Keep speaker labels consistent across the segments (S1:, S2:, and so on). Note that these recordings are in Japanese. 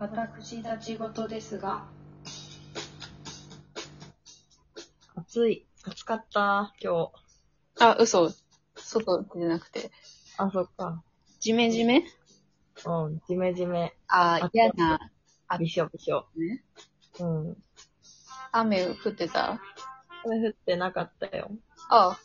S1: 私たち事ですが、
S2: 暑い。暑かった、今日。
S3: あ、嘘。外じゃなくて。
S2: あ、そっか。
S3: ジメジメ
S2: うん、じめじめ、
S3: あ
S2: あ、
S3: 嫌な。あ
S2: びしょびしょ。
S3: ね
S2: うん。
S3: 雨降ってた
S2: 雨降ってなかったよ。
S3: あ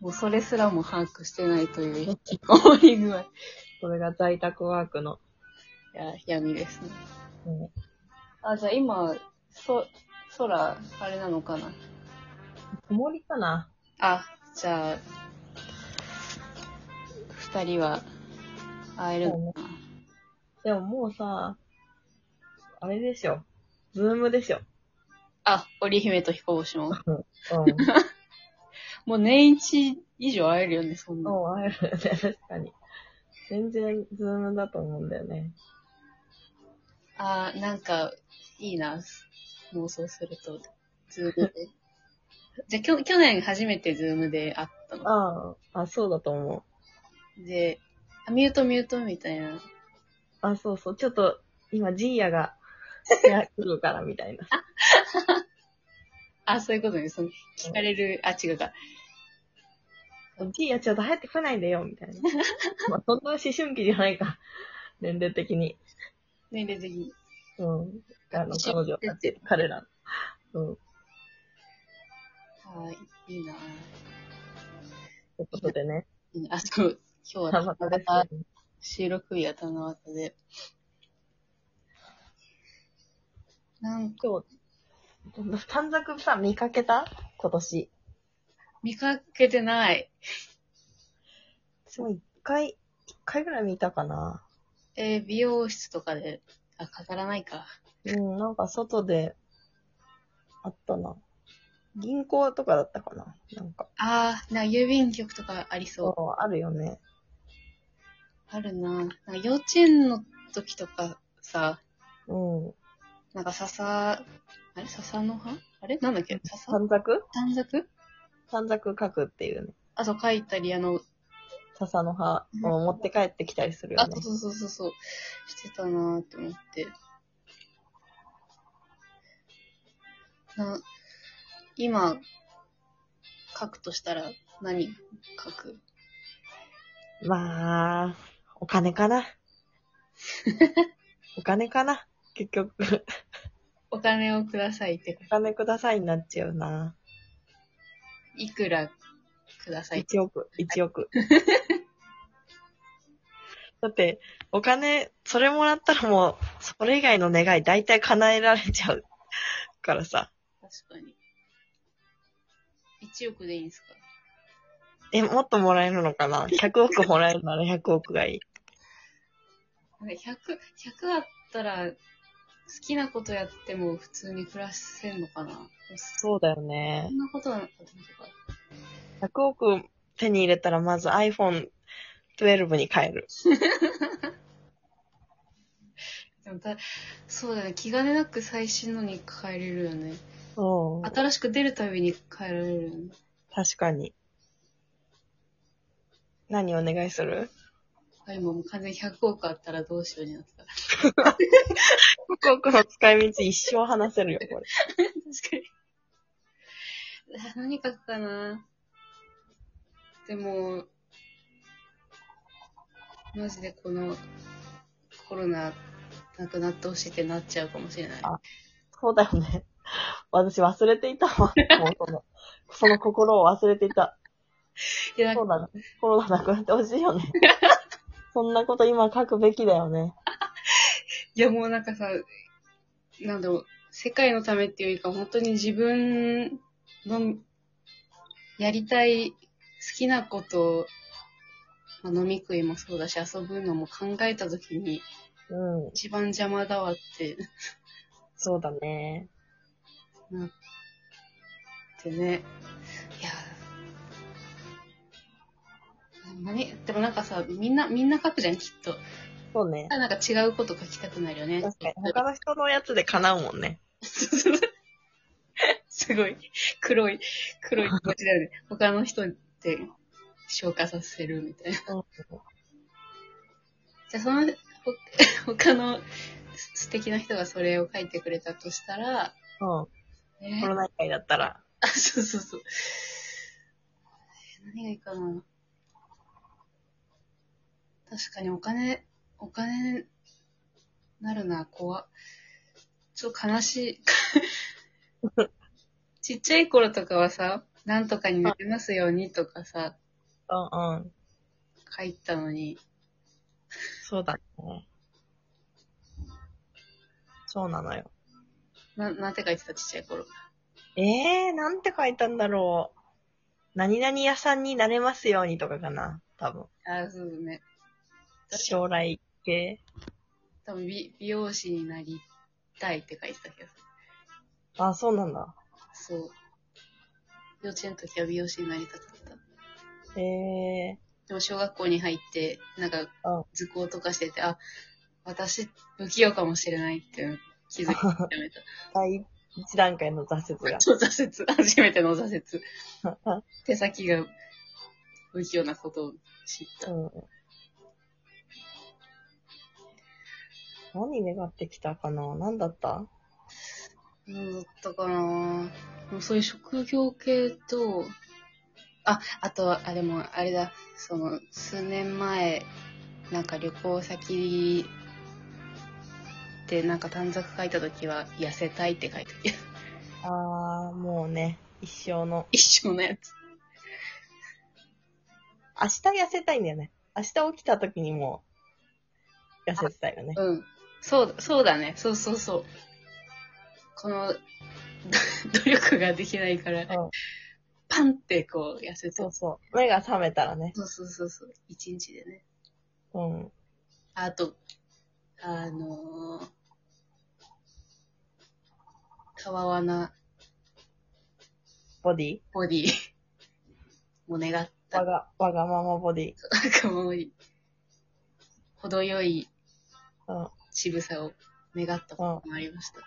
S3: もうそれすらも把握してないと いう引きこもり具合。い
S2: これが在宅ワークの。
S3: や、闇ですね。
S2: うん、
S3: あ、じゃあ今、そ、空、あれなのかな
S2: 曇りかな
S3: あ、じゃあ、二人は会えるのかな、
S2: でももうさ、あれでしょ。ズームでしょ。
S3: あ、織姫と彦星も。
S2: うん。
S3: もう年一以上会えるよね、そんな。
S2: もう会えるよね、確かに。全然ズームだと思うんだよね。
S3: あー、なんか、いいな、妄想すると。ズームで。 じゃあ、きょ、去年初めてズームで会ったの。
S2: ああ、あ、そうだと思う。
S3: で、あミュートミュートみたいな。
S2: あ、そうそう。ちょっと、今、ジーヤが、来るから、みたいな。
S3: あ、そういうことね。その、聞かれる、あ、違うか。
S2: ジーヤちょっと入ってこないでよ、みたいな。まあ、そんな思春期じゃないか。年齢的に。
S3: 年齢的に。
S2: うん。あの、彼女たち、彼ら。うん。
S3: あーいいな。
S2: ということでね。
S3: いいなあ、そう、今日
S2: た
S3: は
S2: ま
S3: ま
S2: たです
S3: た
S2: よね。
S3: 収録日は七夕で。なんか、
S2: 今日、短冊さ、見かけた今年。
S3: 見かけてない。
S2: そう、一回、一回ぐらい見たかな。
S3: えー美容室とかで、あ、飾らないか。
S2: うん、なんか外で、あったな。銀行とかだったかななんか。
S3: ああ、なんか郵便局とかありそう。
S2: そう、あるよね。
S3: あるな。なんか幼稚園の時とかさ、
S2: うん。
S3: なんか笹、あれ笹の葉あれなんだっけ笹
S2: 短冊
S3: 短冊
S2: 短冊書くっていうね。
S3: あ、そう、書いたり、あの、
S2: 笹の葉を持って帰ってきたりするよ
S3: あ、
S2: ね。
S3: そうそうそうそう、してたなーって思って。な、今、書くとしたら何書く
S2: まあ、お金か な。お金かな。結局、
S3: お金をくださいって、
S2: お金くださいになっちゃうな。
S3: いくらくださいって。
S2: 1億、1億。 だって、お金、それもらったらもう、それ以外の願い大体叶えられちゃうからさ。
S3: 確かに。1億でいいんですか
S2: え、もっともらえるのかな ?100 億もらえるなら100億がいい。
S3: なんか 100, 100あったら、好きなことやっても普通に暮らせんのかなそ
S2: そうだよね。
S3: んなことなかったのか。
S2: 100億手に入れたらまず iPhone12 に変える。
S3: でもたそうだね。気兼ねなく最新のに変えれるよね。
S2: うん。
S3: 新しく出るたびに変えられるよね。
S2: 確かに。何お願いする
S3: あ、今もう完全に100億あったらどうしようになってた。確
S2: ?100 億の使い道一生話せるよ、これ。
S3: かに。あ 何書くかなでも、マジでこのコロナなくなってほしいってなっちゃうかもしれない。
S2: あそうだよね。私忘れていたわ。もうそ の、その心を忘れていた。
S3: いや、な
S2: そ
S3: ん
S2: う
S3: か
S2: だね。コロナなくなってほしい よね。そんなこと今書くべきだよね。
S3: いやもうなんかさ、なんだろう、世界のためっていうよりか、本当に自分のやりたい、好きなこと、まあ、飲み食いもそうだし、遊ぶのも考えたときに、
S2: うん。
S3: 一番邪魔だわって、
S2: そうだね。
S3: なってね。いや、何でもなんかさ、みんな、みんな書くじゃん、きっと。
S2: そうね。
S3: なんか違うこと書きたくなるよね。
S2: 確かに。他の人のやつで叶うもんね。
S3: すごい、黒い、黒い気持ちだよね。 他の人って消化させるみたいな。
S2: うん
S3: じゃあ、その、ほ 他のす素敵な人がそれを書いてくれたとしたら、
S2: うん。
S3: え
S2: コロナ以外だったら。
S3: あ、 そうそうそう。何がいいかな。確かにお金、お金になるな、怖っちょっと悲しい。ちっちゃい頃とかはさ、なんとかになりますようにとかさ、
S2: うんうん。
S3: 書いたのに、
S2: そうだね。そうなのよ。
S3: な、なんて書いてたちっちゃい頃。
S2: えー、なんて書いたんだろう。何々屋さんになれますようにとかかな。多分。
S3: あ、そうだね。私
S2: 将来系。
S3: 多分美美容師になりたいって書いてたけど。
S2: あ、そうなんだ。
S3: そう。幼稚園の時は美容師になりたかった。
S2: えー、
S3: でも小学校に入って、なんか
S2: うん、
S3: 図工とかしてて、あ、私、不器用かもしれないって気 づいてやめた。
S2: 第一段階の挫折が。
S3: そう、挫折。初めての挫折。手先が不器用なことを知った。
S2: うん。何願ってきたかな何だった
S3: 何だったかなもうそういう職業系と、あ、あと、あ、でも、あれだ、その、数年前、なんか旅行先で、なんか短冊書いた時は、痩せたいって書いたけど
S2: あー、もうね、一生の。
S3: 一緒のやつ。
S2: 明日痩せたいんだよね。明日起きた時にもう、痩せてたよね。
S3: うん。そうだ、そうだね。そうそうそう。この、 努力ができないから、
S2: ん
S3: パンってこう、痩せて。
S2: そ
S3: そう
S2: うそう。目が覚めたらね。
S3: そうそうそう。一日でね。
S2: うん。
S3: あと、あのー、たわわな
S2: ボディ
S3: ボディも願った。
S2: わが、わがままボディ。
S3: なんかもう、程よい
S2: うん。
S3: 渋さを願ったこともありました。
S2: ああ。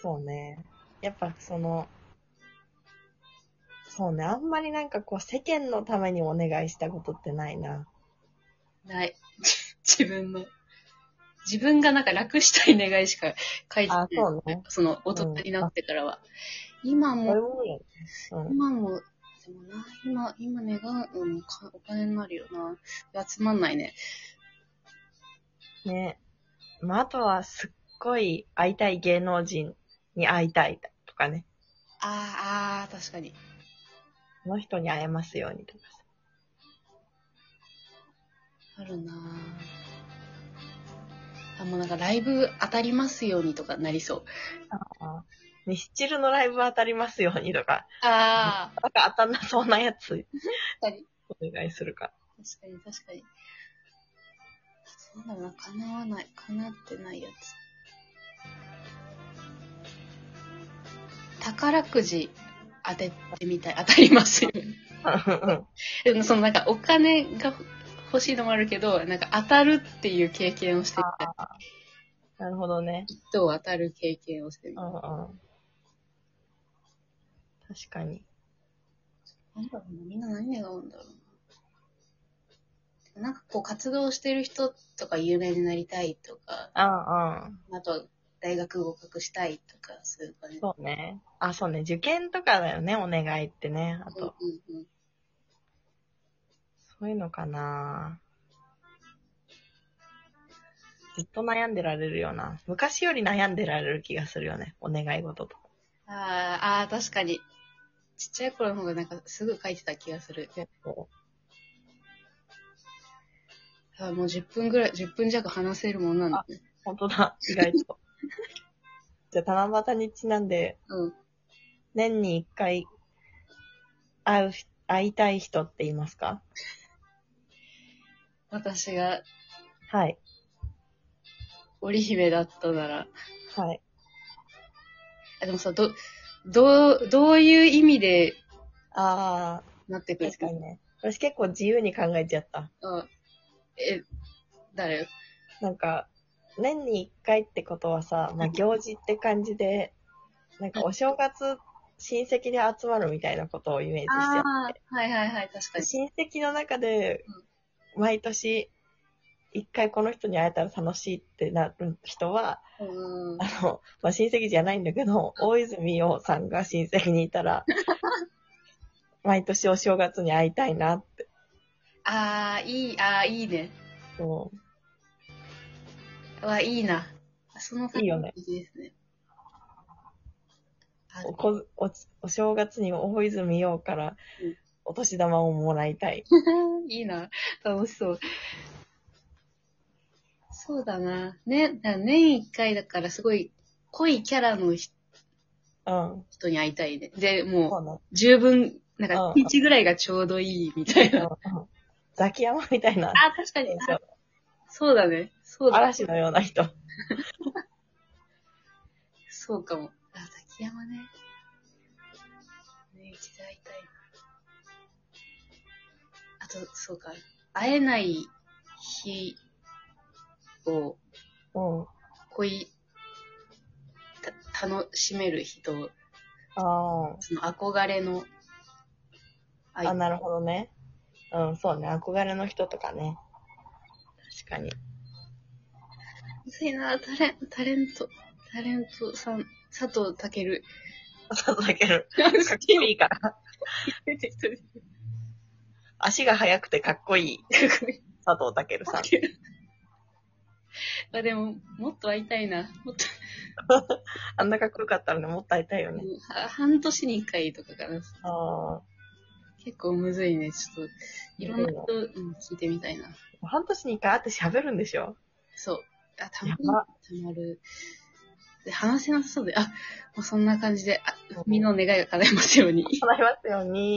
S2: そうね。やっぱその、そうね。あんまりなんかこう世間のためにお願いしたことってないな。
S3: ない。 自分の。自分がなんか楽したい願いしか書いてな
S2: あ
S3: い。
S2: そうね。
S3: その、大人になってからは。今
S2: それ
S3: も、
S2: もいいよね。うん。
S3: 今も、でもな、今、今願うのもかお金になるよな。集まんないね。
S2: ね。まあ、あとはすっごい会いたい芸能人に会いたいとかね。
S3: あー、あー、確かに。
S2: この人に会えますようにとかさ。
S3: あるなあ、もうなんかライブ当たりますようにとかなりそう。
S2: ミスチルのライブ当たりますようにとか。
S3: あー、
S2: なんか当たんなそうなやつ
S3: 確かに。
S2: お願いするか。
S3: 確かに、確かに。そうだな、叶わない、叶ってないやつ。宝くじ当ててみたい。当たりま すよ。でも、そのなんかお金が欲しいのもあるけど、なんか当たるっていう経験をしてみたい。
S2: なるほどね。
S3: 一等当たる経験をしてみ
S2: う
S3: たい。
S2: んうん。確かに。
S3: なんだろうな、みんな何願うんだろうな。なんかこう活動してる人とか有名になりたいとか、
S2: うんうん。
S3: あとは大学合格したいとか、そういう感じ。
S2: そうね。あ、そうね。受験とかだよね、お願いってね。あと、
S3: うんうんうん、
S2: そういうのかなずっと悩んでられるような。昔より悩んでられる気がするよね。お願い事とか。
S3: あーあー、確かに。ちっちゃい頃の方がなんかすぐ書いてた気がする。
S2: 結構。
S3: あーもう10分ぐらい、10分弱話せるもんなんだね。
S2: 本当だ。意外と。 じゃあ、七夕にちなんで、
S3: うん。
S2: 年に一回会う、会いたい人っていますか
S3: 私が
S2: はい。
S3: 織姫だったなら。
S2: はい。
S3: あでもさ、ど、どう、どういう意味で
S2: ああ、
S3: なってくる
S2: 確かにね。私結構自由に考えちゃった。
S3: あえ、誰
S2: なんか、年に一回ってことはさ、まあ、行事って感じで、なんかお正月、親戚で集まるみたいなことをイメージして
S3: あー、はいはいはい、確か
S2: て、
S3: に。
S2: 親戚の中で、毎年、一回この人に会えたら楽しいってなる人は、
S3: うん。
S2: あの、まあ、親戚じゃないんだけ ど、大泉洋さんが親戚にいたら、毎年お正月に会いたいなって、
S3: あー、いい、あー、いいね。
S2: そう
S3: わ、いいな。その感
S2: いいよね
S3: いいですね。あ
S2: おこおお正月に大泉洋から
S3: うん
S2: お年玉をもらい たい。
S3: いいな。楽しそう。そうだな。ね、だから年一回だからすごい濃いキャラの人
S2: うん。
S3: に会いたいね。で、
S2: そ
S3: も
S2: うなの
S3: う十分、なん
S2: う
S3: か
S2: ん
S3: 1ぐらいがちょうどいいみたいな。あ、
S2: うんうんザキヤマみたいな、
S3: 確かに。あそうだね。そうだ。
S2: 嵐のような人。
S3: そうかも。あ、滝山ね。ね、一度会いたいな。あと、そうか。会えない日を、
S2: うん。
S3: 恋、た、楽しめる人、
S2: あ
S3: その憧れの、
S2: あ、
S3: あ
S2: あ、なるほどね。うん、そうね。憧れの人とかね。確かに。
S3: むずいな、タレン、タレント、タレントさん、佐藤健。
S2: 佐藤健。かっこいいから。足が速くてかっこいい。佐藤健さん。
S3: あ、でも、もっと会いたいな。もっと、
S2: あんなかっこよかったらね、もっと会いたいよね。
S3: は半年に一回とかかな。
S2: あ
S3: 結構むずいね。ちょっと、いろんな
S2: む
S3: 人、うん、聞いてみたいな。
S2: あ。半年に一回会って喋るんでしょ
S3: そう。あ、たまる
S2: やば。
S3: たまる。で、話せなさそうで、あ、もうそんな感じで、あ、みんなお願いが叶いますように。
S2: 叶いますように。